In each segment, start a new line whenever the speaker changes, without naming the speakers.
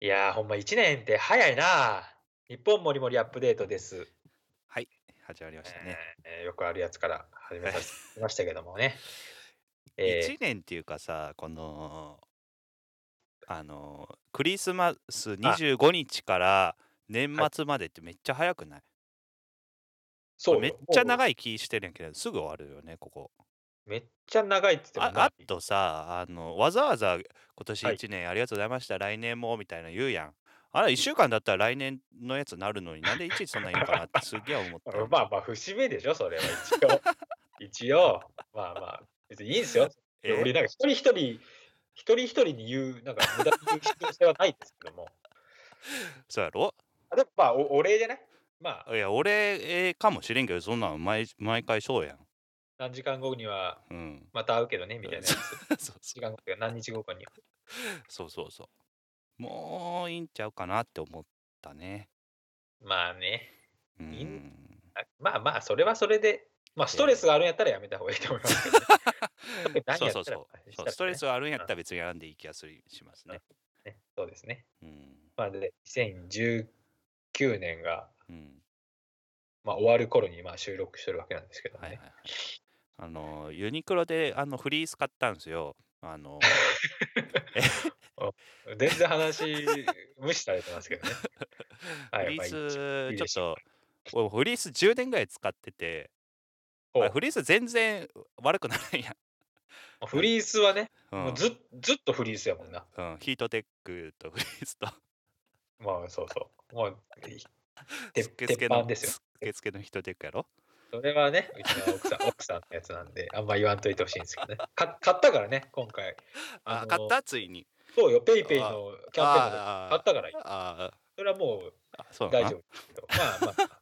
いや、ほんま1年って早いな。日本もりもりアップデートです。
はい、始まりましたね。
えー、よくあるやつから始めさせてましたけども ね。え
1年っていうかさ、この、あの、クリスマス25日から年
ーはい。
末までってめっちゃ早くないこれ
そう
めっ
よ。
ちゃ
も
長い気してるんやけど、すぐ終わるよね、ここ。
う、めっちゃ長いって言っても
あ
な。
あとさあのわざわざ今年
はい。
1年ありがとうございました来年もみたいなの言うやんあれ1週間だったら来年のやつなるのになんでいちいちそんなん言うんかなってすげえ思ったよ
ま
ね
あまあ、節目でしょ、それは一 応。一応、まあまあ、別にいいんですよ。
え
俺、 なんか一人一人、一人一人に言う、なんか無駄に言う必要性はないですけども。
そうやろ
あでもまあお、お礼じゃないまあ、
いや俺ええかもしれんけどそんなん毎毎回そうやん
何時間後には
うん
また会うけどね、みたいなやつ。
そうそう
時間後というか何日後かには。
そうそうそうもういいんちゃうかなって思ったね
まあね、
う
いいん
ん
あまあまあ、それはそれで、まあ、ストレ
え
スがあるんやったらやめた方がいいと思いますけどね。特に 何
そう
やっ
そう
たら
そう
し
そう
たっ
スト
て
レ
ね。
スがあるんやっ
うん、
たら別にやらんでいい気がするします
うん
ね
ねそうですね。
うん
まあ、で、2019年が、
うん
まあ、終わる頃にまあ収録してるわけなんですけども
はいはい
ね。
はいあのユニクロであのフリース買ったんですよ。あのえ
あ全然話無視されてますけど ね。は
フ
い、
リー
まあいいでしょう。いい
スち
で
ょっ
しょ
と俺フリース10年ぐらい使ってて
う。
あ
ほ
フリース全然悪くないやん。
うフ
なん
リースはね、
う
もうんずっずっとフリースやもんな。
うん、ヒートテックとフリースと
まあそうそう。もう、い
す
鉄
っけす
鉄
け
板
の
ですよ。
すっけすけのヒートテックやろ
それはね、うちの奥さん、 奥さんのやつなんで、あんま言わんといてほしいんですけどね。か買ったからね、今回。あ
あ買っ
の、
たついに
そうよ、ペイペイ
あ
のキャンペーンの時、買っ
あ
たからいい。
ああ
それはもう
あそう
大
な
丈
ん
夫ですけど、まあまあ、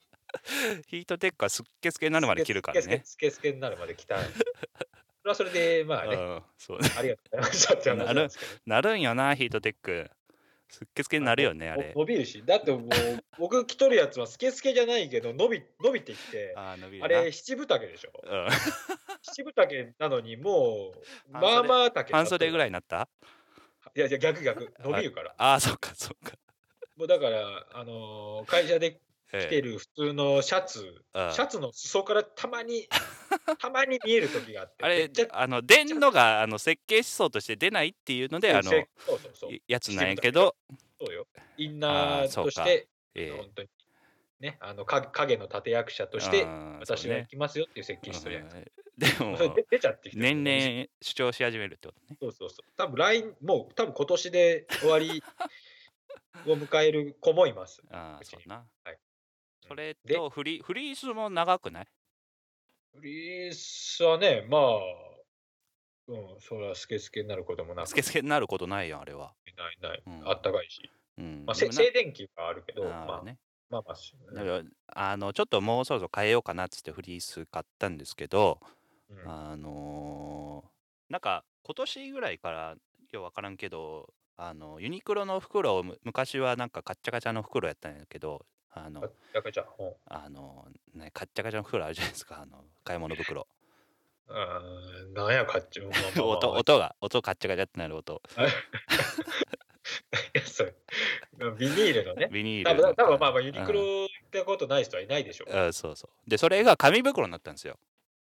ヒートテックはすっけすけになる
す
まで
けす
切るか
け
ら
すけ
ね。
すけすけになるまで来たんで、それはそれで、まあ
う
ね、
ん、そう
ありがとうございましたって話
な
なんで
る
すけど、
なるんよなヒートテック。すっけすけに
まあ
なる
の
よねあ
の
れ。
伸びるし、だってもう、僕着とるやつはすけすけじゃないけど、伸び伸びてきて、
あー伸び
あ
るな。
れ、七分丈でしょ。
うん
七分丈なのに、もう、
半
まあ
袖
まあ丈
半
買っと
袖
るか
ぐ
らら。
いになった
いやいや、逆逆、伸び
あ
るから。
あー、そっかそっか。
もうだから、あのー会社で着て
ええ。
る普通のシャツ、シ
あ
ャツの裾からたまに、たまに見える時があって、
あ
めっ
れ、
ちゃ、めっ
あの、
ち
出
ゃ、
んのが、あの、設計思想として出ないっていうので、
う
あ
んせ
の、
そうそうそう、
いやつな
七
ん
分丈
やけ
でしょ
ど、
そうよ。イン
あ
ナ
あ、
ー
そう
とし
か。
て、
え
本当にね、あの、か影の立役者として、
え。うん、そう
私は行
ね。
きますよっていう設
う
計しとるやん。
ん、で
もうそれ
も、
出出ちゃってきてる
年
もう短い、
々主張し始めるってことね。
そうそうそう。多分来、もう多分今年で終わりを迎える子もいます、
ああ、
うち
そ
に
うな。
はい。う
そ
ん
れ
で、
と、フリー、フリースも長くない
フリースはね、まあ、うん、それはスケスケになることもな
スケ
く、
スケになることないよ、あれは。
ないない、
う
あっ
ん。
たかいし、
う
まあ、
ん。で
せ
もな、
静電気があるけど、
あ
ま
る
あ、
ね。
まあまあし、う
だ
ん、
からあの、ちょっともうそろそろ変えようかなっつってフリース買ったんですけど、
うん、
あのーなんか今年ぐらいからようわからんけどあのユニクロの袋をむ昔はなんかカッチャカチャの袋やったんやけどあ
あ
の
やかちゃん、ほ
あの、ね、カッチャカチャの袋あるじゃないですかあの買い物袋
ううん、なんやかっちゅう、 まあ まあま
音
あ、
音が音カッチャカチャってなる音
あいやそれ ビニールのね、
ビニー
多
ル
分
の
多分
感
まあまあ
じ
ユニ
う
クロ行ったことない人はいないでしょ
ん、うんそうそうでそれが紙袋になったんですよ
う。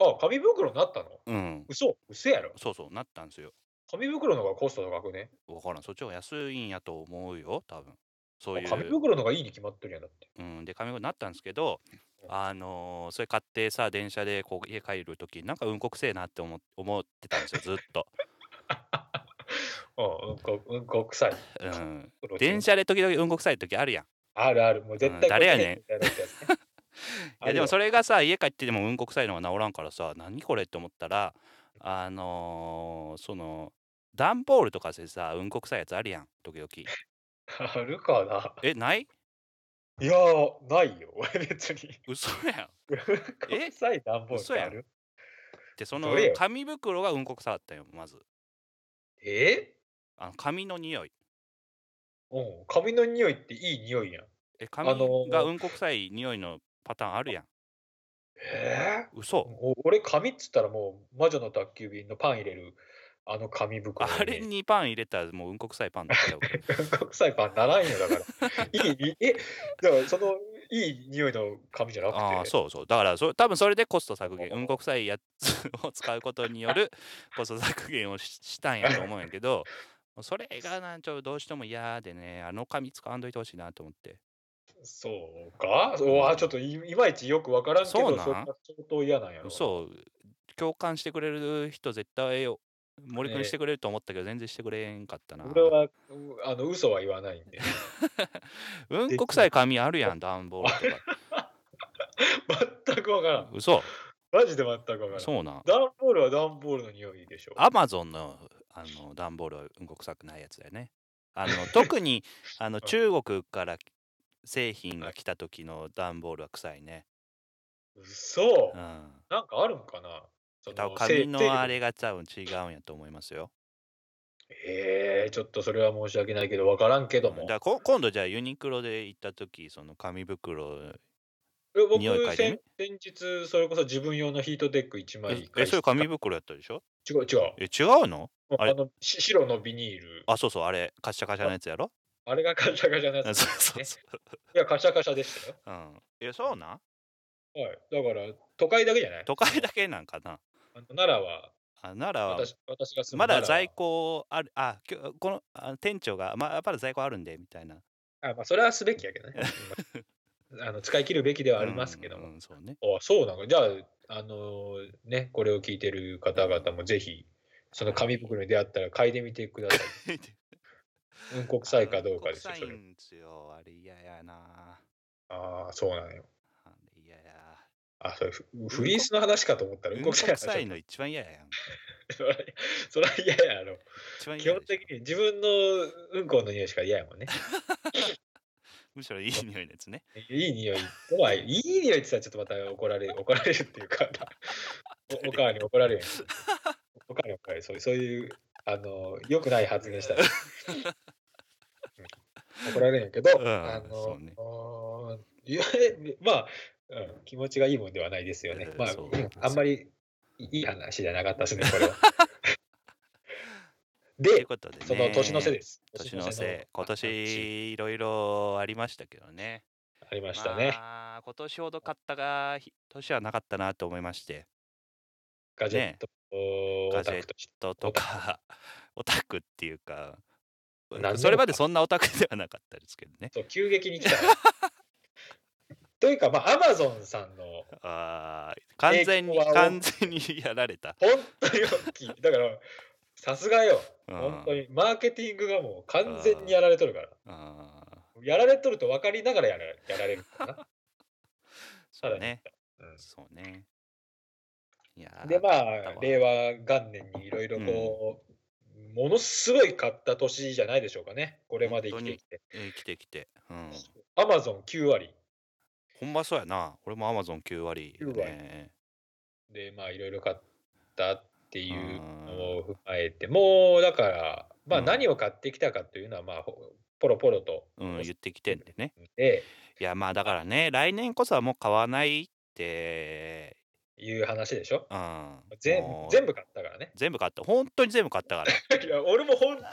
あ、紙袋になったの
うん
嘘嘘やろ。
そうそうなったんですよ
紙袋の方がコスト高くね。
わからんそっちの方が安いんやと思うよ多分そ
あ
う
紙
いう
袋の方がいいに決まってるやんだって。
うん、で紙袋になったんですけど、
うん
あのーそれ買ってさ電車でこう家帰る時なんかうんこくせえなって思思ってたんですよずっと、
うん、うんこ、うんこ臭い。
うん、
袋ってうん
電車で時々うんこくさい時あるやん、
あるある。もう
う
絶
ん、
対こ
誰
れ
や
ね
ねん
みたいなやつね。
い
あ
や
る
でも
よ。
それがさ家帰ってでもうんこくさいのが治らんからさ何これって思ったらあのーその段ボールとかでさうんこくさいやつあるやん時々
あるかな
えない
いやー、ないよ。 俺別に。
嘘やん
うんこ
え
臭い段ボールっ
嘘
て
や
あ
ん
る
でそ
どれ
の
よ。
紙袋がうんこくさかったよまず
え
あの紙の匂い
うん。紙の匂いっていい匂いやん。
え
あの
紙が
ー、
うんこくさい匂いのパターンあるやん
えー
嘘
お俺、紙っつったらもう、魔女の宅急便のパン入れる、あの紙袋に。
あれにパン入れたらもううんこ臭いパンだったよ。
国際パンならんよだから。いい、いえ、だからそのいい匂いの紙じゃなくて。
ああそうそうだからそ多分それでコスト削減うんこ臭いやつを使うことに よるコスト削減をししたんやと思うんやけどそれがなんちょっとどうしても嫌でねあの紙使わんといてほしいなと思って
そうかうわちょっといいまいちよくわからんけど、
そ
そうれ
なん
が相当嫌なんやろ。
そう共感してくれる人絶対よ森君
ね
してくれると思ったけど全然してくれんかったな、
俺は、うあの、嘘は言わないんで。
うんこ臭い紙あるやん段ボールとか
全くわからん。
嘘
マジで全くわからん。
そうなん
段ボールは段ボールの匂いでしょ。
アマゾンのあの段ボールはうんこ臭くないやつだよね。あの特にあの中国から製品が来た時の段ボールは臭いね。
嘘
うん。
なんかあるんかなそ
多分
せ
紙のあれが多分違うんやと思いますよ。
えー、ちょっとそれは申し訳ないけど、わからんけど
うん
も。
だからこ今度じゃあユニクロで行った時その紙袋
え僕
匂い嗅いで
先
み、
先日、それこそ自分用のヒートテック1枚
え
買
え
い
それ紙袋やったでしょ
違う違う。
え違うのあ
あ
れ
のし白のビニール。あ
あそうそうあれカシャカシャのやつやろ
れがカシャカシャのやつ
う
で
ん
す
そう
ね。
そうそ
いや、カシャカシャでしたよ。
う。うん。えそうなん
はい。だから、都会だけじゃない
都会だけなんかな
あの奈良は、
あなら
私私が住む
まだ
奈良は
在庫ある、あ、きょこのあ店長が、まあ、まだ在庫あるんで、みたいな。
あ、まあ、それはすべきや けどね。うんあの使い切るべきではありますけども。
うんうんそ うね。
あそうなのじゃあ、あのーね、これを聞いてる方々もぜひ、その紙袋に出会ったら嗅いでみてください。うんこ臭いかどうかですよ、
あ
そ
の臭い
れ。
んですよ。あれ嫌やな。
ああ、そうなのよ。
あれ嫌や。
あ、それフ、フリースの話かと思ったら、う
う
んん
こ
こ臭い
臭い
話だ
の一番嫌やん。
それはそれは嫌やろ。
一番
基
嫌
本
でしょ
的に自分のうんこの匂いしか嫌やもんね。
むしろいい匂いのやつね。
いい匂いとは、いい匂いって言ったらちょっとまた怒られる、怒られるっていうか、おおかわりに怒られるようにおかわりに怒られる、そういう、そういう、あの、良くない発言したら。うん怒られるんやけど、
うん
あ
そ
の、
うね
いやまあ、うん、気持ちがいいもんではないですよね
う。ん
まあ、
そう
うんあんまりいい話じゃなかったですね、これ は。
という
で、
ことでね。
その年の瀬
す。
です。
年の
瀬
瀬。今年いろいろありましたけどね。
ありましたね。
まあ、今年ほど買ったが、ひ年はなかったなと思いまして。
ガジェットオ
ガジ
タ
ェッ
クとして。
ととか、 オタクっていうか
何で、も
それまでそんなオタクではなかったですけどね。
そう、急激 に来たな。というか、まあ、アマゾンさんの
あー完全に、
影響は
完全に やられた。
本当に大きい。だから、さすがよ。
うん
本当に、マーケティングがもう完全にやられとるから。
あー
やられとると分かりながらやらやられるからな。
そうね。
うん
そうね。いやー
で、ま
買っ
あ、
たわ
令和元年にいろいろこう、ものすごい買った年じゃないでしょうかね。これまで生きてきて。
えー来て来て。うん。
アマゾン9割。
ほんまそうやな。俺も Amazon9 割、ね。
でまあいろいろ買ったっていうのを踏まえてもうだからまあ
うん
何を買ってきたかというのはまあほポロポロと
うん、言ってきてんでね。
で
いや、まあだからね、来年こそはもう買わないって、
いう話でしょ
うん。
全
もう
全部買ったからね
全部買った。本当に全部買っ たから。
いや俺も本当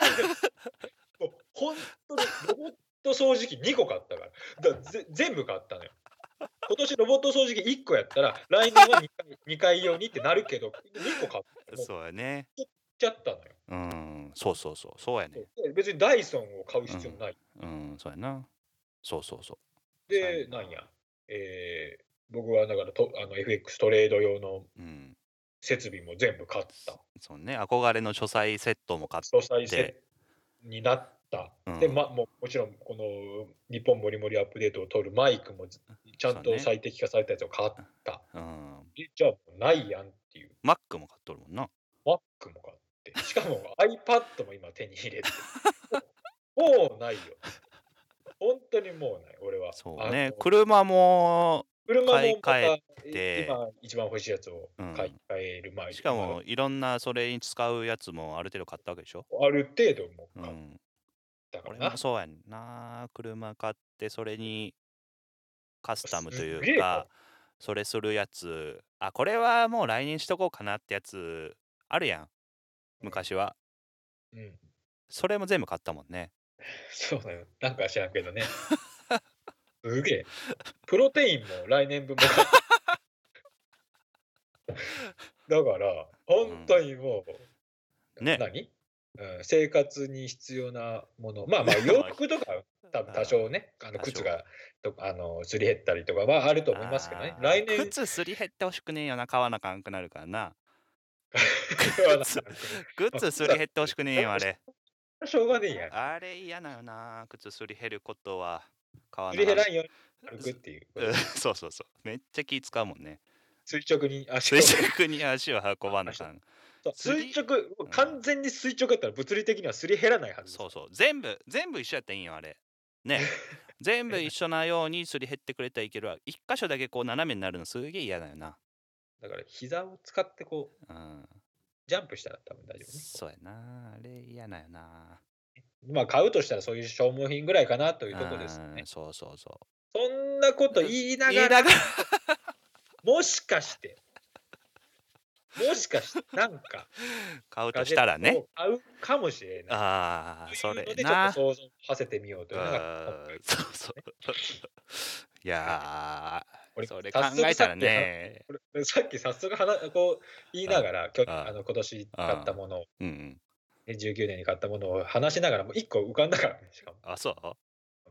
にもう本当にロボット掃除機2個買ったからだぜ全部買ったのよ今年ロボット掃除機1個やったら来年は2回 二回用にってなるけど2個買っ
そうやね。
ちゃったのよ
うん、そうそうそう、そうやね。
で別にダイソンを買う必要ない
うん、そうやな。そうそうそ
で、
はい
なんや、えー僕はだからとあの FX トレード用の
う。うん、
設備も全部買った。
そうね、憧れの書斎セットも買っ
総裁選になった。
うん
で、ま、もうもちろん、この日本もりもりアップデートを取るマイクもずちゃん
そう
と
ね
最適化されたやつを買った。
うん、
でじゃあ、もうないやんっていう。
マックも買っとるもんな。
Mac も買って、しかも iPad も今手に入れ て。もうもうないよ。本当にもうない、俺は。
そうね、
あの
車も、
車もまた
買い替て
今一番欲しいやつを買い替える前に、
しかもいろんなそれに使うやつもある程度買ったわけでしょ。
ある程度も
う
う買っ
ん、
たから
俺
な、
もそうやんな。車買って、それにカスタムと
すげ
い
え
う
な
か、それするやつ、あ、これはもう来年しとこうかなってやつ、あるやん。昔は
うん。
それも全部買ったもんね
そうだよ。なんか知らんけどね。すげえ。プロテインも来年分も買った。だから、本当にもう、
ね
何、うん、生活に必要なもの。まあまあ、
まあ
洋服とかは多分多少ね、あの
多少
靴がとあのすり減ったりとかはあると思いますけどね。来
あー
年
靴すり減ってほしくねえよな買わなあかんくなるか らな
はなんか
靴靴すり減ってほしくねえよあ れ
しょうがねえや。
あれ嫌なよな靴すり減ることは買わ
す
な
り減
あ
ら
か
んように歩くっていうこと
ん そうそうそうめっちゃ気使うもん ね
垂直に足を
垂直に足を運ばな あかん
そう
す
垂
り
直、もう完全に垂直だったら物理的にはすり減らないはずです
そうそう全部全部一緒やったらいいんよあれ ね全部一緒なようにすり減ってくれたらいいけるわ一箇所だけこう斜めになるのすげえ嫌だよな
だから膝を使ってこう
うん
ジャンプしたら多分大丈夫ね。
そうやなあれ嫌なよな
まあ買うとしたらそういう消耗品ぐらいかなというとこです
う
ね
ん。そうそうそう
そんなこと言いな
言
がら
いながら
もしかしてもしかしてなん か
買うとしたらね
ガジェットを買うかもしれない。
あ
と
あ
いう
そ
の
れ
でちょっ
な
と想像を馳せてみようというのが今
う
回
んそうそう いや
こ
ー
れ
それ考
早速
えたらね
これさっき早速話こう言いながら今日
あ
あの今年買ったものを
うんうん
ね19年に買ったものを話しながらもう1個浮かんだからねしかも。
あそう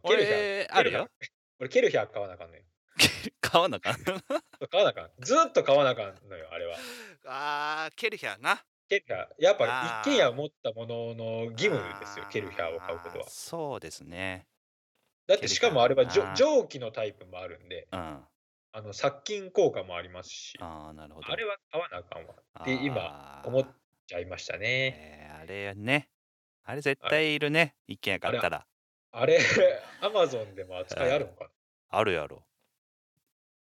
ケルヒャー
俺あるよ
俺ケルヒャー買わなあかんのよ。
買わなあかん
買わなあかん。ずーっと買わなあかんのよ、あれは。
あーケルヒャーな
ケルヒャー。やっぱ
あー
一軒家を持ったものの義務ですよ、ケルヒャーを買うことは
あー。そうですね。
だってしかもあれはじょ
ケルヒャ
蒸気のタイプもあるんで、
うん。あ
あの殺菌効果もありますし、あ
あ、なるほど。
れは買わなあかんわ。って今、
今
思っちゃいましたね。
えーあれね。あれ絶対いるね。一軒家買ったら。
あれ、アマゾンでも扱いあるのかな
あるやろ。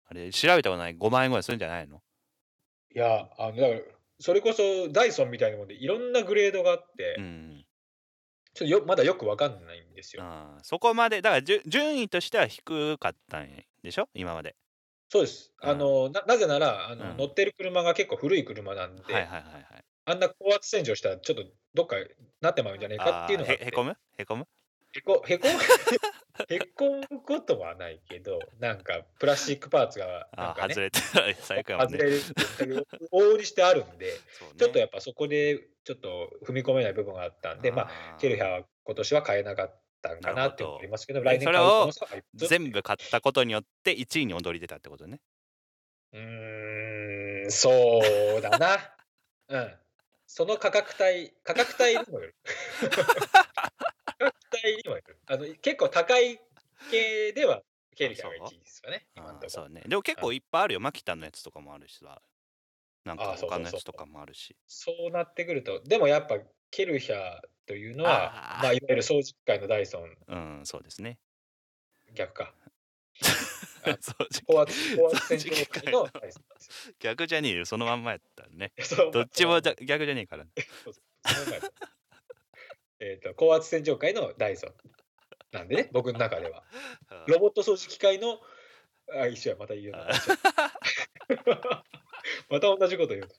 あれ調べたことない5万円ぐらいするんじゃないの
いや、あの、だから、それこそダイソンみたいなもんでいろんなグレードがあって、
うん。
ちょっとよまだよくわかんないんですよ。
あーそこまで、だからじゅ順位としては低かったんでしょ今まで。
そうです。
うん
あのななぜならあの、
うん
乗ってる車が結構古い車なん
は
で、
いはいはいはい。
あんな高圧洗浄したらちょっとどっかなってまうんじゃないかっていうの
あ
があ
ー
って
へへこむへこむ
へこへこへこむ ことはないけどなんかプラスチックパーツがな
あ
ん
ー
か、ね、
外れてたら 最悪やもん
外
ね。
れるっていう往々にしてあるんで、
そうね
ちょっとやっぱそこでちょっと踏み込めない部分があったんでまあ
ー
ケルヒャーは今年は買えなかったんかなって思いますけど
なる
来年
ほど
買う可能性はあります
全部買ったことによって1位に躍り出たってことね。
うーん、そうだな。 うん。その価格帯、価格帯にもよる。価格帯にもよる。あの結構高い系では、ケルヒャーが1位ですかね、今の
あ
と
ー
こ
そ
ろ
う。ねでも結構いっぱいあるよマキタのやつとかもあるしさなん
あー
か
そうそう
他のや
そう
つとかもあるし
そうなってくると、でもやっぱケルヒャーというのは、
あー
まあ、いわゆる掃除機界のダイソン、
うんそうですね
逆か。あ
そう
高圧、高圧洗
掃除
浄
機
機
界の
のダイソンです
逆じゃねえよそのまんまやったら ね
そう
どっちもじゃ
そ
逆じゃねえから ね
の前だえっと、高圧洗浄界のダイソン。なんでね、僕の中では。
うん
ロボット掃除機械の、あ、一緒や、また言うようになっちゃった。 また同じこと言う。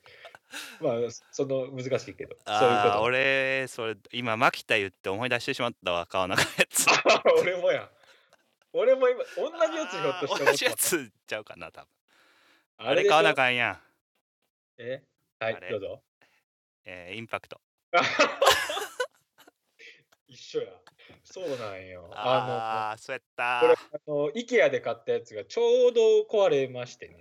まあ、その難しいけど、そういうこ
あー
と。
俺それ今マキタ言って思い出してしまったわ川中のや つ
俺もや。俺も今、同じやつひょっとして
あー
思
同
っ
じや
た。
つちゃうかな多分
あ
あれ
でしょ
川中やん、
えは
あ
い、
れ
どうぞ。
えーインパクト
一緒や。そうなんよ。あ
ああーそうやった
の、これ、あの、IKEA で買ったやつがちょうど壊れましてね。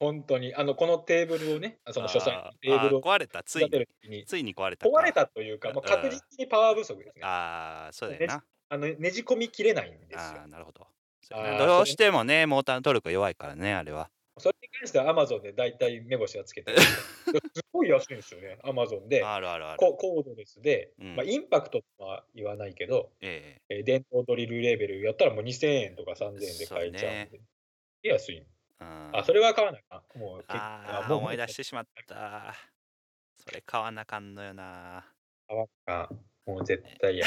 本当に、あの、このテーブルをね、その書斎の
あ
テーブル
ー
を
壊れたつい
育て
に
る時に、
ついに壊れたか
壊れたというか、まあ、
うん
確実にパワー不足ですね。あ
ああそうだよな
のねじ込みきれないんです
あ
よ
あ。なるほどそうや
あ
な
ー
どうしてもねモーターのトルク弱いからねあれは
それに関しては Amazon で大体目星がつけ てる。すごい安いんですよね、Amazon で。
あるあるある
ココードレスで、
うん
まあ、インパクトとは言わないけど、
え
えー電動ドリルレーベルやったらもう2000円とか3000円で買えちゃうんで。で安い。
えうん
あ、それは買わないか。もう結
あー
もう
思い出してしまったそれ買わなかんのよな
買わなあかんもう絶対 や。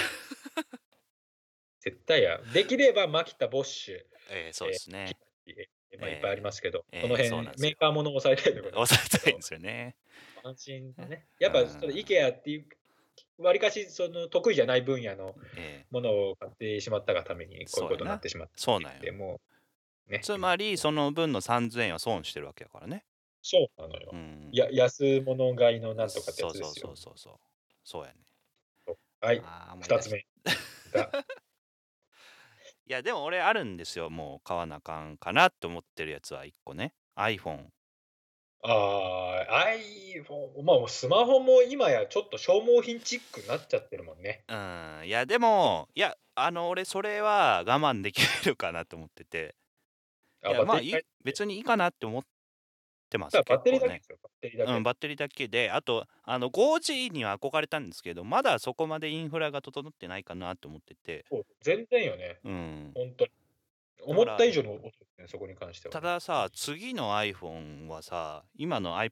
絶対や。できれば、マキタ、ボッシュ、
ええそうですね、
えまあ、
ええ
いっぱいありますけど、
ええ
この辺、
そうなんですよ
メーカーものを抑えたいところ
抑えたいんですよね。
安心だね。やっぱ、その IKEA っていう、わりかしその得意じゃない分野の
ええ
ものを買ってしまったがために、こういうことになってしまっ
そうなん
ていて、
よ。
もう、ね。
つまり、その分の3000円は損してるわけやからね。
そうなのよ
う。ん、
や安物買いのなんとかってやつです
そ
よ
う。そうそうそうそう。そうやね。
はい、
あー思い出
2
し
つ
た
目。だ
いやでも俺あるんですよもう買わなあかんかなって思ってるやつは1個ね iPhone
ああ、iPhone、まあ、スマホも今やちょっと消耗品チックになっちゃってるもんね。
うんいやでもいやあの俺それは我慢できるかなと思ってていやまあいい
だ
別にいいかなって思ってます
からバッテリー
結
だ
構
けですよ、バッテ
ね
リーだけ。
うん、バッテリーだけであとあの 5G には憧れたんですけどまだそこまでインフラが整ってないかなと思ってて、
そう全然よね、
うん、
本当に。思った以上の音ですね、そこに関しては。
たださ次の iPhone はさ今の iPad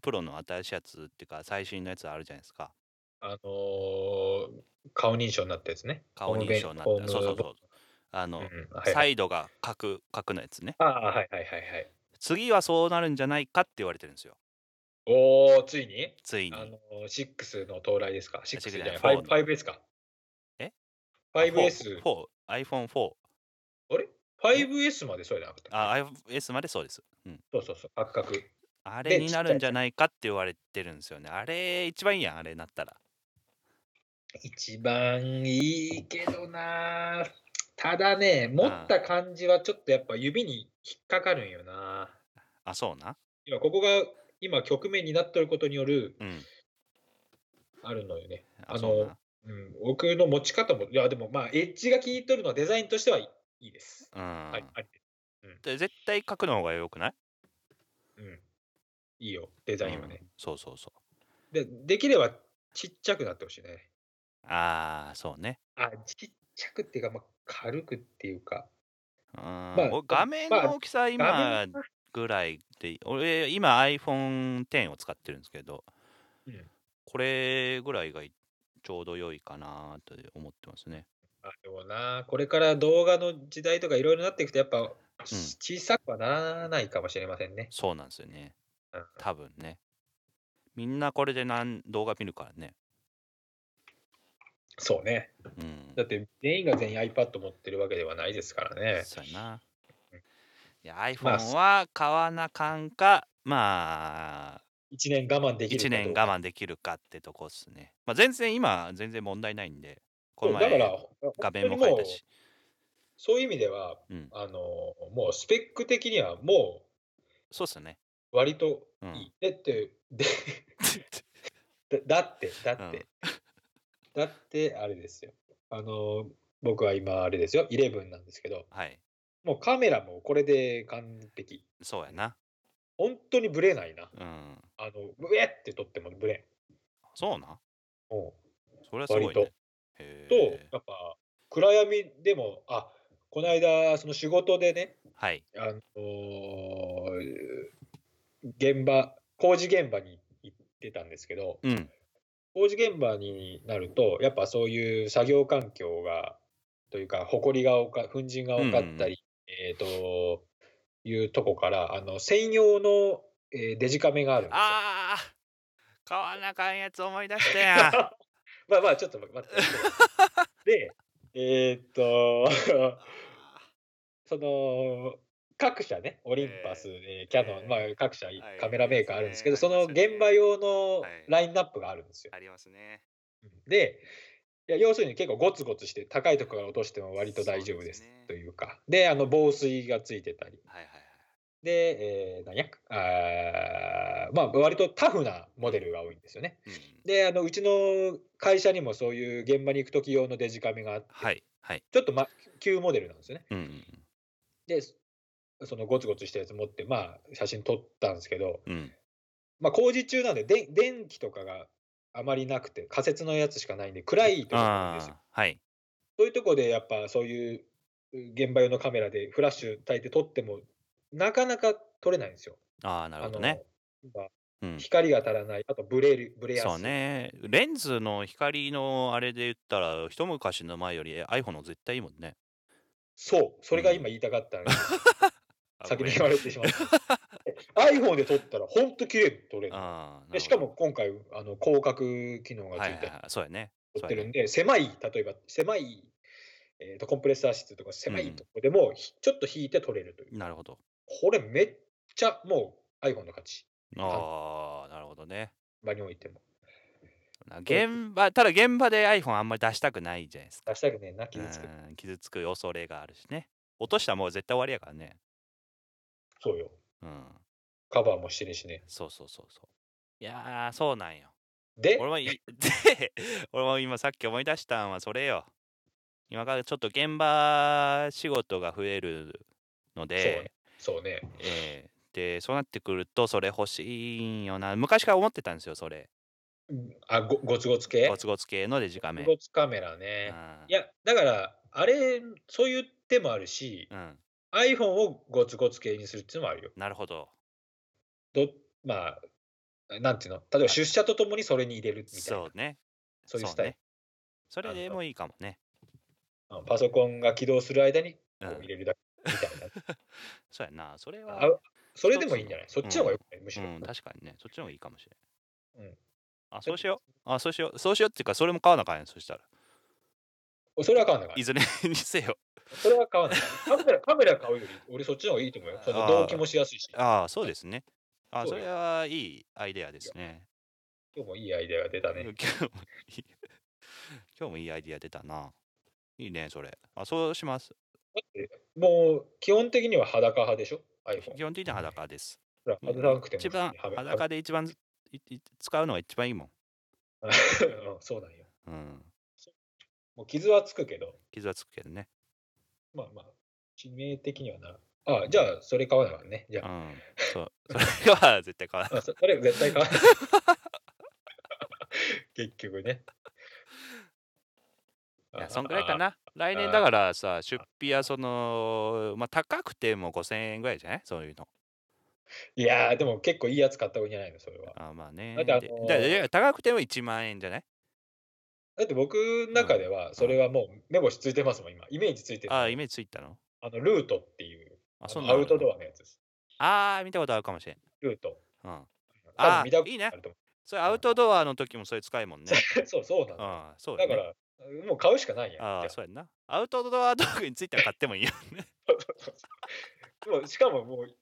Pro の新しいやつっていうか最新のやつあるじゃないですか
あのー顔認証になったやつね。
顔認証になったそうそうそうあの、
ホームページ。ホームうんはい
サ
はい
イドが角角のやつね
ああ、はいはいはいはい。
次はそうなるんじゃないかって言われてるんですよ
おお、ついに
ついに
あのー、6の到来ですか ?6 じゃない、
6じゃない
5- 5S か。
え
?5S。
4iPhone4
あれ ?5S までそうじゃなかった。
あ iOS までそうです、うん、
そうそうそう、八角。
あ
で
れになるんじゃないかって言われてるんですよねあれ一番いいやんあれなったら
一番いいけどなぁただね、持った感じはちょっとやっぱ指に引っかかるんよな
あそうな
今、ここが今、局面になってることによる、
うん
あるのよね。あ
あ
の
そうな
うん、僕の持ち方も、いや、でもまあ、エッジが効いとるのはデザインとしてはいいいです。
うん、
はい、ありです
で絶対角の方が良くない
うん。いいよ、デザインはね
う。んそうそうそう
で、できればちっちゃくなってほしいね。
ああそうね
あ、ちっちゃくっていうか、まあ、軽くっていうか。
うん、
あ
俺画面
まあ
の大きさ今
画面
ぐらいで俺今 iPhone10 を使ってるんですけど、
うん
これぐらいがいちょうど良いかなと思ってますね
あでもな、これから動画の時代とかいろいろなっていくと、やっぱ、小さくはならないかもしれませんね。
そうなんですよね
うん
多分ねみんなこれでなん動画見るからね
そうね。
うん
だって、全員が全員 iPad 持ってるわけではないですからね。
そうやな
うん
いや iPhone は買わなかんかまあ
1年我慢できる
1年
慢
我慢できるかってとこっすね、まあ、全然今全然問題ないんでこの
だか
前
ら、
画
画
面
面
も
も
変
変
え
え
た
た
し
し。そういう意味では、
うん、
あのもうスペック的にはも
そうっすね。
う割と
う
いい
ん。。
だって、で だだって、だって、だってあれですよ。あの僕は今あれですよ、11なんですけど、
はい。
もうカメラもこれで完璧。
そうやな。
本当にブレないな。
うん。
あの、ブエって撮ってもブレ
そうな。
ん。うん
それはすごい、
割
ね
と。
へ
と、
え
やっぱ、暗闇でも、あ、この間、その仕事でね、
はい。
あの現場、工事現場に行ってたんですけど、
うん。
工事現場になると、やっぱそういう作業環境が、というか、埃が多か、粉塵が多か
うん
っ
うんう
た
ん
り、えっ、と、いうとこから、あの、専用の、えーデジカメがあるんですよ。
ああ買わなあかんやつ思い出し たやん。
まあまあ、ちょっと待って。で、えーっと、 その、各社ね、オリンパス、えーキャノン、
えー
まあ各社い
はい
カメラメーカーあるんですけど、
そう
そ
ですね
の現場用の
はい
ラインナップがあるんですよ。
ありますね。
で、いや要するに結構ゴツゴツして、高いところから落としても割と大丈夫です
そうですね
というか、で、あの防水がついてたり、
はいはいはい。
で、えーなんや、あーまあ割とタフなモデルが多いんですよね。
うん、
であのうちの会社にもそういう現場に行く時用のデジカメがあって、
はい。はい。
ちょっと、ま、旧モデルなんですよね。
うんうん
でそのゴツゴツしたやつ持って、まあ、写真撮ったんですけど、
うん。うん。
まあ、工事中なんでで電気とかがあまりなくて仮設のやつしかないんで暗いとこなんですよ
あ。あ。はい。
そういうとこでやっぱそういう現場用のカメラでフラッシュ焚いて撮ってもなかなか撮れないんですよ。
ああ、なるほどね。
あの
うん。
光が足らない、あとブレるブレやすい。
そうね。レンズの光のあれで言ったら、一昔の前より iPhone の方が絶対いいもんね。
そう、それが今言いたかったのよ先に言われてしまった iPhone で撮った らほんと綺麗に撮れる
あー
でしか、も今回あの広角機能
な
が
る
つい
ほどはいはい
て
はい、そうやね。
撮ってるんで、狭い例えば狭い、えー、とコンプレッサー室とか狭いとこでも、ひちょっと引いて撮れるという
なるほど。
これめっちゃもう iPhone の勝ち
ああ、なるほどね。
場においても
な現場、ただ現場で iPhone あんまり出したくないじゃないですか。
出したくねえな傷つく
うん傷つく恐れがあるしね。落としたらもう絶対終わりやからね。
そうよ
うん。
カバーもしてねえしね
そうそうそうそう。いやー、そうなんよ。
で
俺もい で、俺も今さっき思い出したんはそれよ。今からちょっと現場仕事が増えるの
そう
で
ね、そうね
えーで、そうなってくるとそれ欲しいんよな。昔から思ってたんですよ、それ。
うんあごゴツゴツ系
ゴツゴツ系のデジカ
ゴ
メ。
ツ
うん
ゴツカメラねいやだからあれそういう手もあるし
うん
iPhone をゴツゴツ系にするっていうのもあるよ
なるほど。
どまあなんていうの例えば出社とともにそれに入れるみたいな
そうね。
そういうスタイル、
ね。それでもいいかもね。
うんパソコンが起動する間に
う
こう入
ん、
れるだけみたいな、
そうやな。それは
あ、それでもいいんじゃないそっちの方がよくない、むし
う
ろ、
ん、確かにね。そっちの方がいいかもしれん。
うん
あ、そうしよう。あ、そうしよう。そうしようっていうか、それも買わなあかんやん、そしたら。
それは買わない
いずれにせよ。
それは買わないカメラカメラ買うより俺そっちの方がいいと思うよその同期もしやすいし
ああ、そうですね。あ
そ
そう
よ
れはいいアイデアですね。
今日もいいアイデアが出た
今
ね
日もい い今日もいいアイデア出たな。いいね、それ。あ、そうします。
もう基本的には裸派でしょ iPhone
基本的には裸です。
ほら裸なくても
一番
はめ
裸で一番いい使うのが一番いいも
うんそうなんよ。
ん。うん。
もう傷はつくけど、
傷はつくけどね。
まあまあ、致命的にはなる。ああ、じゃあ、それ買わないわね。じゃ
う
あ、
ん。 そう。それは絶対買わない。
あそそれ絶対買わない。 結局ね。
い
あ
やそんぐらいか
あ
な。来年だからさ、出費はその、まあ高くても5000円ぐらいじゃないそういうの。
いやー、でも結構いいやつ買った方がいいんじゃないの、それは。
あまあね。
だ
で
ってあのー
だだ高くても1万円じゃない
だって僕の中では、それはもう目星ついてますもん、今。イメージついてる。
あ、イメージついたの
あのルートっていう、
あ、
あ
そ
の
うな
ア
の
ウトドアのやつです。
ああ、見たことあるかもしれん。
ルート。
うん。
多
あ
分見たこと
いいね
あると思
それアウトドアの時もそれ使いもんね。
う そう、そうなん
う
だよ。
ん、そう
だ
よ
か
ね。
ら、もう買うしかないやん。じ
あ
ゃ
あ、
あ
そうやんな。アウトドア道具については買ってもいいよね。
もうしかももう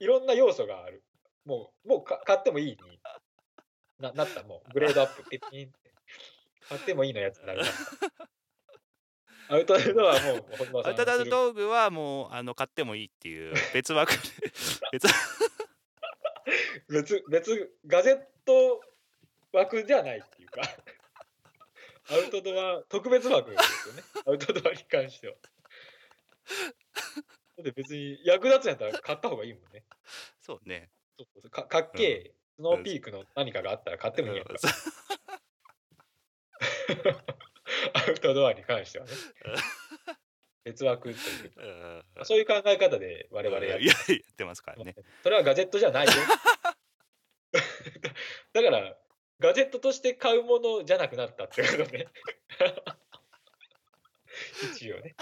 いろんな要素がある。もうもうか買ってもいいにななったもうグレードアップピッピンって買ってもいいのやつに なりました。アウトドアはもう本間
ア
さん
ウトドア
する
道具はもうあの買ってもいいって いう別枠で
別
別
別ガジェット枠じゃないって いうかアウトドア特別枠ですよね。アウトドアに関しては。だって別に役立つんやったら買った方がいいもんね。
そうね。
そうそうそうかかっけえ、スノーピークの何かがあったら買ってもいいやん
う
か
んそう
アウトドアに関 してはね。別枠っていう。
うん
そういう考え方で我々やっ
いややってますからね。
それはガジェットじゃ ないよ。だから、ガジェットとして買うものじゃなくなったってことね。 一応ね。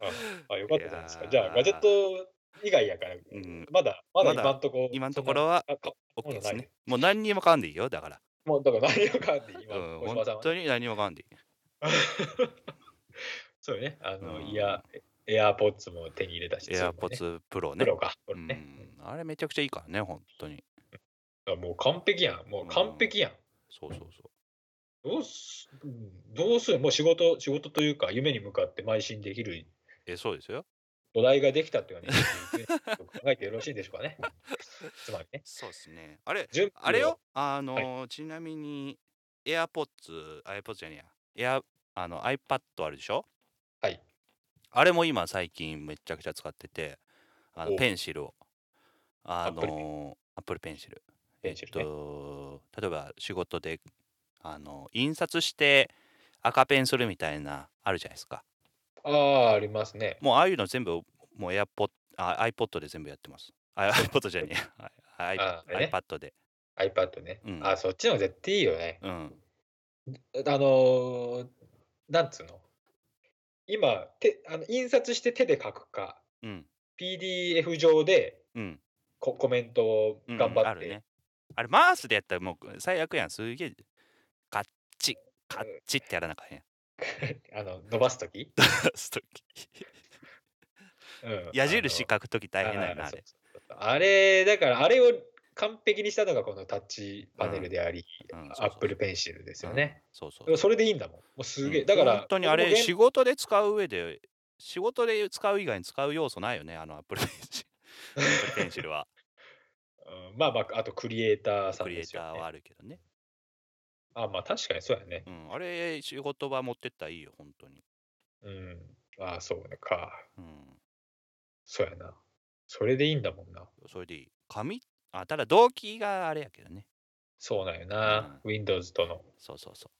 ああ、よかったじゃないですか。
いやー
じゃあ、ガジェット以外やから、
ん
まだ、まだ
まだ
今んとこ、
今のところは
そんな。あか
OK です
そうなんだ
ね。もう何にも買わんでいいよ、だから。
もう、だから何を買うんで、今、
うん、
小島さんは
本
ね。
当に何も買わんでいい。
そうよね。あの、
うん
イヤ、エアポッツも手に入れたし、
エアポ
そういうのもね
ッツプロ
プ
ね。
ロか。こ
う
れね
ん、あれめちゃくちゃいいからね、本当に。
あもう完璧やん。もう完璧やん。
そうそうそ
どうす、うんどうするもう仕事、仕事というか、夢に向かって邁進できる
う。え、そうですよ。
土台ができたっていう のはね、考えてよろしいでしょうかね。つまりね。
そうですね。あれ、
準備を
あれよ、あのー、ちなみに、AirPods、iPods じゃねえや、エア、あの、iPad あるでしょ
はい。
あれも今、最近めちゃくちゃ使ってて、あの
お
ペンシルを。あ
Apple
のー、Apple ペンシル。
ペンシルね
えっと、例えば仕事で、あの、印刷して赤ペンするみたいな、あるじゃないですか。
ああ、ありますね。
もうああいうの全部もう AirPod あ iPod で全部やってます。あ iPod じゃねえや。
ああれ
i-
ね
iPad で。
iPad ね。
うん
あそっちの方が絶対いいよね。
うん。
あのーなんつうの今手あの、印刷して手で書くか、
うん。
PDF 上で
うん。
ココメントを
うん
頑張
あ
っ
る
て、
ね。あれ、マースでやったらもう最悪やん。すげえ、カッチ、カッチってやらなあか んやん。
あの伸ばすとき、
すとき
うん
矢印書くとき大変だよな、あ
ー
れ。
そうそうあれだからあれを完璧にしたのがこのタッチパネルであり、
うん
アップルペンシルですよね、。
そうそう
だからそ
そうそう。
れでいいんだもんもうすげえ、
うん
だから
本当にあれ、
僕
仕事で使う上で、仕事で使う以外に使う要素ないよね、あのアップルペン シル。アップルペンシルは。
もうんまあまああとクリエイターさん
クリエ
で
イ
すよ、
ター
ね
は、あるけどね。
あまあ確かにそうやね
うん、あれ、仕事場持ってったらいいよ、本当に。
うんああそうか
うん。
そうやなそれでいいんだもんな
それでいい。紙あ、ただ動機があれやけどね。
そうなんよな、Windows との
そうそうそ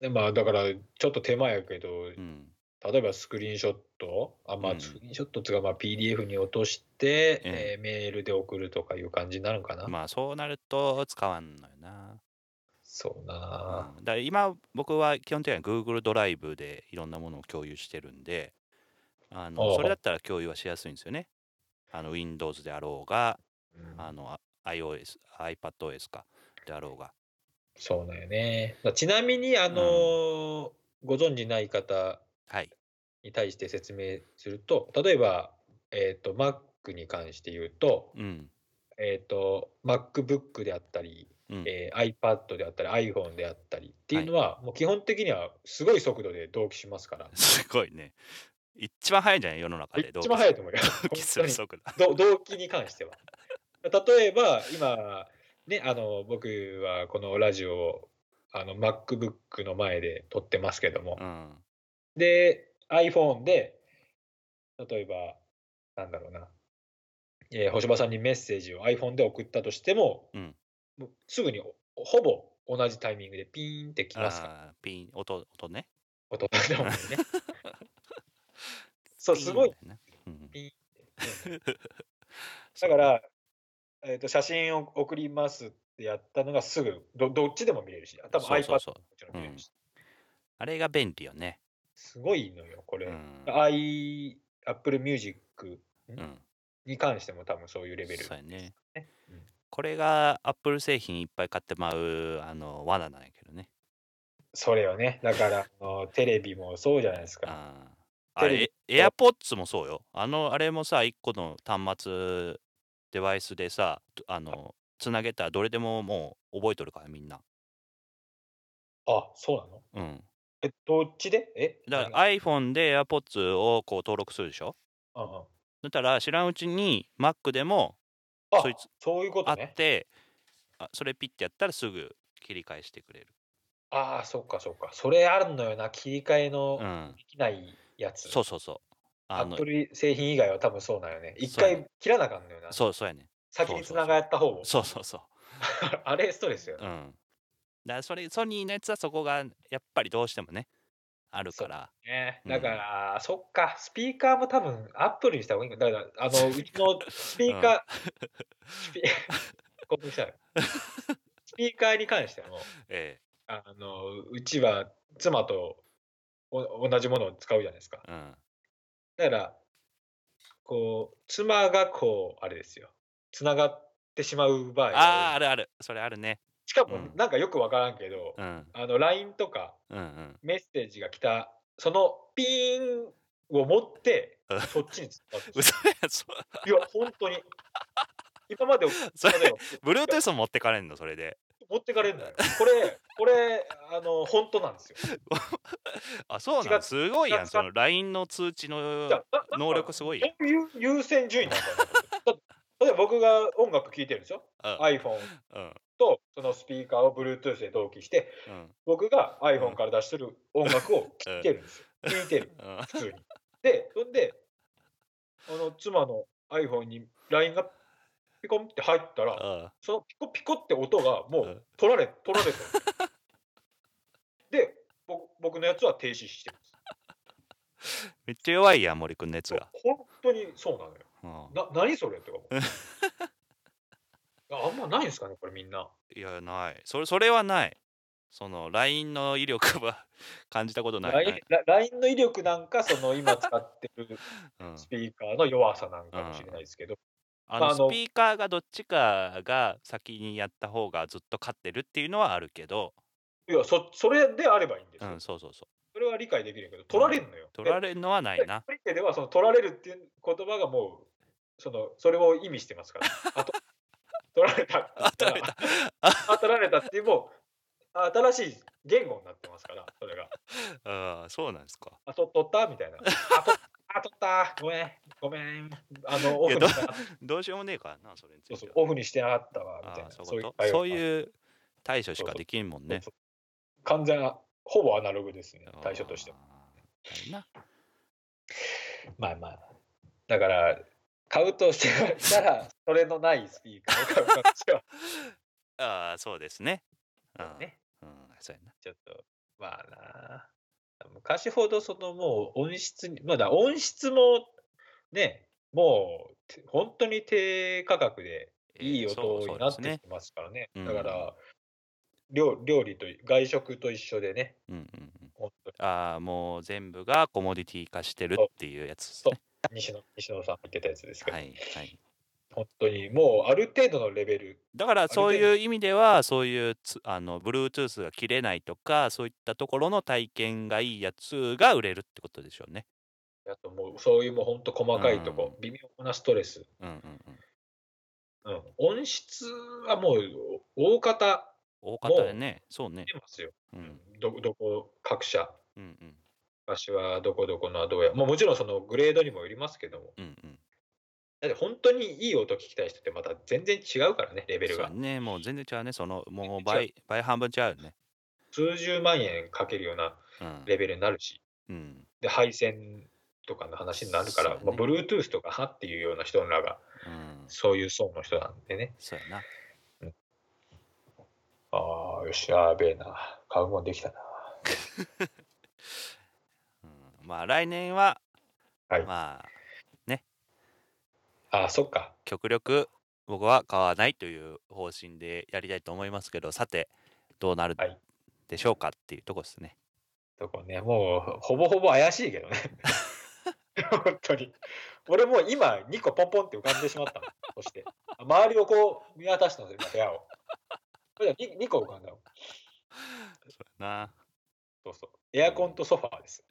でまあだからちょっと手間やけど、
う。うん。
例えばスクリーンショット、あまあ、
うん
スクリーンショットっていうか、まあ、PDF に落として、
え
えーメールで送るとかいう感じになるのかな。
まあ、そうなると使わんのよな。
そう
うん
な、
だから今、僕は基本的には Google ドライブでいろんなものを共有してるんで、あ
あ
の
あ
それだったら共有はしやすいんですよね。あの Windows であろうが、
うん
あのあ iOS、iPadOS かであろうが。
そうなんよね。だちなみに、あのーご存じない方
はい。
に対して説明すると、例えば、えっ、と、Mac に関して言うと、
うん。
えっ、と、MacBook であったり、
うん、
えー iPad であったり、iPhone であったりっていうのは、もう基本的にはすごい速度で同期しますから。
すごいね。一番早いんじゃない世の中で。
一番早い
と
と思うよ。
同期する
本当に
速
ど
度。
動機に関しては。例えば今ねあの僕はこのラジオをあの MacBook の前で撮ってますけども、
うん。
で iPhone で例えばなんだろうな、えー星葉さんにメッセージを iPhone で送ったとしても,、
うん
もうすぐにほほぼ同じタイミングでピーンってきますから
あーピン、音、音ね。
音だと思うね。 そうすごい
ピンだよね。うん
だから、えー、と写真を送りますってやったのがすぐどどっちでも見れるし多分
そう
iPad
そう
も
そう。
ちろん見れるし、
あれが便利よね。
すごいのよこ
う
れ、
ん。
i Apple Music
うん
に関しても多分そういうレベル
そうやね
ねうん。
これが Apple 製品いっぱい買ってまうあの罠なんやけどね。
それよねだから あのテレビもそうじゃないですか
ああ
テレ
れ、エ AirPods もそうよ。あの、あれもさ、1個の端末、デバイスでさ、とあの、つなげたらどれでももう覚えとるからみんな。
あそうなの
うん。
えどっちでえ
だから iPhone で AirPods をこう登録するでしょ
ら、うんうん
だったら知らんうちに Mac でも
あ
そいつ
そういうこ
あ
と
っ
ね
て、あそれピッてやったらすぐ切り返してくれる。
ああそっかそっかそれあるのよな切り替えの
うん。
できないやつ、
そうそうそう。
ア
あ
ッ
の
プ、ル製品以外は多分そうなんよね一
そうや
回切らなあかんのよな
そうそうやね。
先に繋がった方を
そうそうそう。
あれストレスよ
う
ね、
ん。だからそれソニーのやつはそこがやっぱりどうしてもねあるからうん
だから、そっかスピーカーも多分アップルにした方がいいのだからあ のうちのスピーカー、ス ピ興奮したよスピーカーに関してはもう
え
あのうちは妻とお同じものを使うじゃないですか
えうん
だからこう妻がこうあれですよ繋がってしまう場合が多い
あーあるあるそれあるね
しかも
うん
なんかよくわからんけど、
うん
あの LINE とか
うんうん
メッセージが来たそのピーンを持って
うん
そっちに突っ張って
嘘やそ
いや本当に今まで
そ
例え
れ
ば
Bluetooth も持ってかれんのそれで
持ってかれるんだよこれこれあの本当なんですよ
あそう
違
な
う
のすごいや
違うん
その LINE の通知の
いやななんか
能力すごいやん
そういう優先順位なんだよだって例えば僕が音楽聴いてるでしょ
うん
iPhone
うん
とそのスピーカーを Bluetooth で同期して
うん
僕が iPhone から出してる音楽を聴いてるんですよ聴いてる
うん
普通に。で、そんで、あの妻の iPhone に LINE がピコンって入ったら、
うん
そのピコピコって音がも
う
うん取られ、取られた。で、ぼ僕のやつは停止してるんです。
めっちゃ弱いやん森くんのやつが
本当にそうなのよ。
うん
な何それってか もうああんまないんですかね、これみんな。
いやないそれそれはないその LINE の威力は 感じたことないな
LINE
い。
LINE の威力なんか、その今使ってる
うん
スピーカーの弱さなんかもしれないですけど、ま
あ
あ
の
あ
ス
の
ピーカーがどっちかが先にやった方がずっと勝ってるっていうのはあるけど、
いやそ、それであればいいんです
う
よ。
ん、そうそうそう。
それは理解できるけど、取られるのよ。
取られるのはないな。
プリテではその取られるっていう言葉がもうそのそれを意味してます から。あと取られたって言ったら。あ取られたっていうもうあ新しい言語になってますから、それが。
うん、そうなんですか。
あと取ったみたいな。あとあ取ったごめんごめんあのオフに
いやど
してなかっ
どうしようもねえからな、それにつ
た
い
そうそ
て
う
は。
オフにしてなかったわみたいな
ああ、そういうこ
会話
と。そういう対処しかできんもんね。
そうそう完全なほぼアナログですね
あー
対処としては。。
大変な
まあまあだから買うとしたらそれのないスピーカーを買うかもしれ
ああ、そうですね。うん
ないね。
うん、そうやな。
ちょっと、まあなあ。昔ほどそのもう音質に、まだ音質もね、もうて本当に低価格でいい
えーそう
音
そう
に
で
なっ
す
て
ね
き。てますからね。
うん
だから、料料理と外食と一緒でね、
うんうんうん。
本当に
ああ、もう全部がコモディティ化してるっていうやつですね。
西野西野さんが言ってたやつですけど、
はいはい。
本当にもうある程度のレベル、
だから
程度
そういう意味ではそういうつあの Bluetooth が切れないとかそういったところの体験がいいやつが売れるってことでしょうね。
あともうそういうもう本当細かいとこ、
う
微妙なストレス、
うんうんうん。
うん、音質はもう大方
大方でね。そうね。
出ますよ、
う
うんん、どどこ各社。
うんうん
昔はどこどこのはどうや、まあ、もちろんそのグレードにもよりますけども、
うんうん。
だって本当にいい音聞きたい人ってまた全然違うからね、レベル
そう
が。
ねもう全然違うねそのもう
全然違
倍倍半分違うよね。
数十万円かけるような
うん
レベルになるし、
うん
で配線とかの話になるから、
そう
ま
ね
あ、Bluetooth とか派っていうような人らが、
うん。
そういう層の人なんでね、
そうやな。
ああ、よし、やべえな、買うもんできたな。
うん、まあ来年は、
はい
まあ
ああ、そっか、
極力僕は買わないという方針でやりたいと思いますけどさてどうなる
はい
でしょうかっていうとこですね。
とこね、もうほぼほぼ怪しいけ どね。本当に。俺もう今2個ポンポンって浮かんでしまったの。そして。周りをこう見渡したので、今部屋を。それ 2, 個浮かんだの。
な
そうそう。エアコンとソファーです。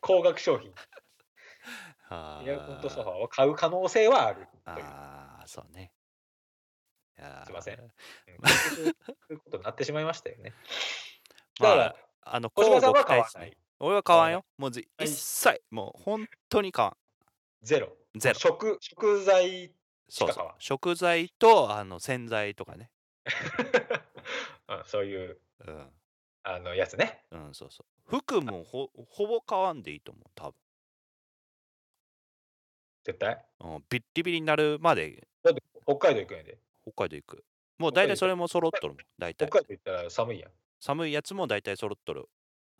高額商品。
あ
エアコンとソファ
ー
ーを買う可能性はあるという。
あーそうね。いやー
すいませんう
ま
ん結局そういうことになってしまいましたよね。
あ
だから、
あの、
小島さんは
交互期
買
待
わ
です
な
ね
い。
俺は買わんよ。もうぜ
はい
一切、もう本当に買わん。
ゼロ。
ゼロ。
食食材、
そう
しか
そ
買
う
わん。
食材とあの洗剤とかね。
うんそういう
うん。
あのやつね。
うん、そうそう。服もほほぼ買わんでいいと思う、多
絶対。
分。うん、ビッリビリになるまで
だって北海道行くんやで。
北海道行く。もう大体それも揃っとるもん、大
北
体。
海道行ったら寒いやん。
寒いやつも大体揃っとる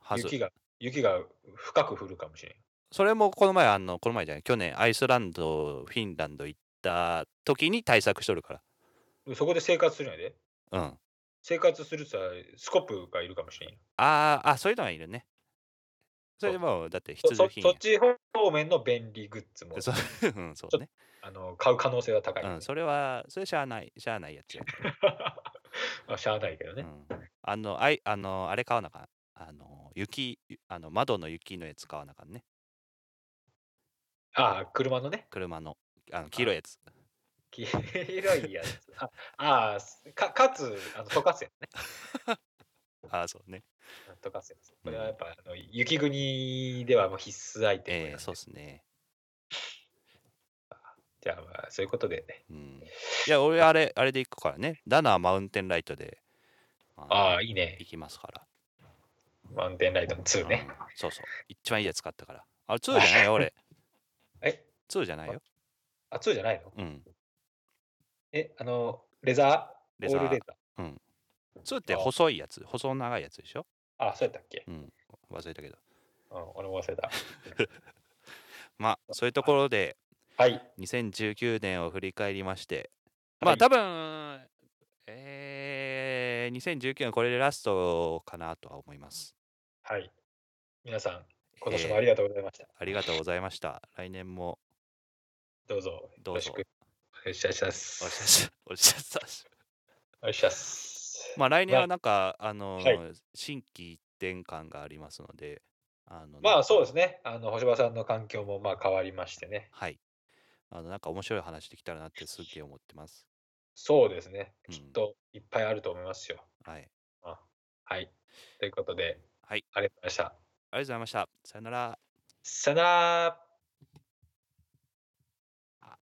はず
雪。が雪が深く降るかもしれん。
それもこの前、あの、この前じゃない、去年アイスランド、フィンランド行った時に対策しとるか
そこで生活するんやで。
ら。うん。
生活するさ、スコップがいるかもしれんよ。
あーあ、そういうのはいるね。それでもう、だって必
そ
需
そ
品
そ
や
っ。ち方面の便利グッズも
そうん、 そうね。
あの買う可能性は高い、
う
ね
ん、それは、それしゃあない、しゃあないやつや。
まあ、しゃあないけど
う
ね。
ん、あの、あい、あの、あれ買わなあかん。あの、雪、あの、窓の雪のやつ買わなあかんね。
ああ、車のね、
車の、あの、黄色いやつ。
黄色いやつ。ああー、かかつ、あの溶かすやつね。
ああ、そうね。
溶かすやつ。これはやっぱ、あの雪国ではもう必須アイテム
え
や
ー、
ん
そうっすね。
じゃあ、まあ、そういうことで、ね。
うん。いや、俺、あれ、あれで行くからね。ダナーマウンテンライトで。あの
ああ、いいね。
行きますから。
マウンテンライトの2ね。
うんそうそう。一番いいやつ買ったから。あれ、2じゃない よ、俺。
え、
2じゃないよ。
あ、2じゃないの
うん。
え、あの、レザー
レザー
オールレザー。
2って細いやつ、細長いやつでしょ
あ、そうやったっけ、
うん。忘れたけど。
うん、俺も忘れた。
まあ、そういうところで、
はい。
2019年を振り返りまして、
は
まあ、
い
多分、ええー2019はこれでラストかなとは思います。
はい。皆さん、今年
えー
もありがとうございました。
ありがとうございました。来年も
どうぞ、よ
どうぞ
ろしくお願いします。
おっしゃすおっしゃす
お願いし ます。
まあ来年はなんか、あの
はい
新規転換がありますので、あの。
まあそうですすね。あの星葉さんの環境もまあ変わりましてね。
はい。あのなんか面白い話できたらなってすっげえ思ってます。
そうですね。
うん
きっといっぱいあると思いますよ。
はい。
はい。ということで、
はい、
ありがとうございました。
ありがとうございました。さよなら。
さよなら。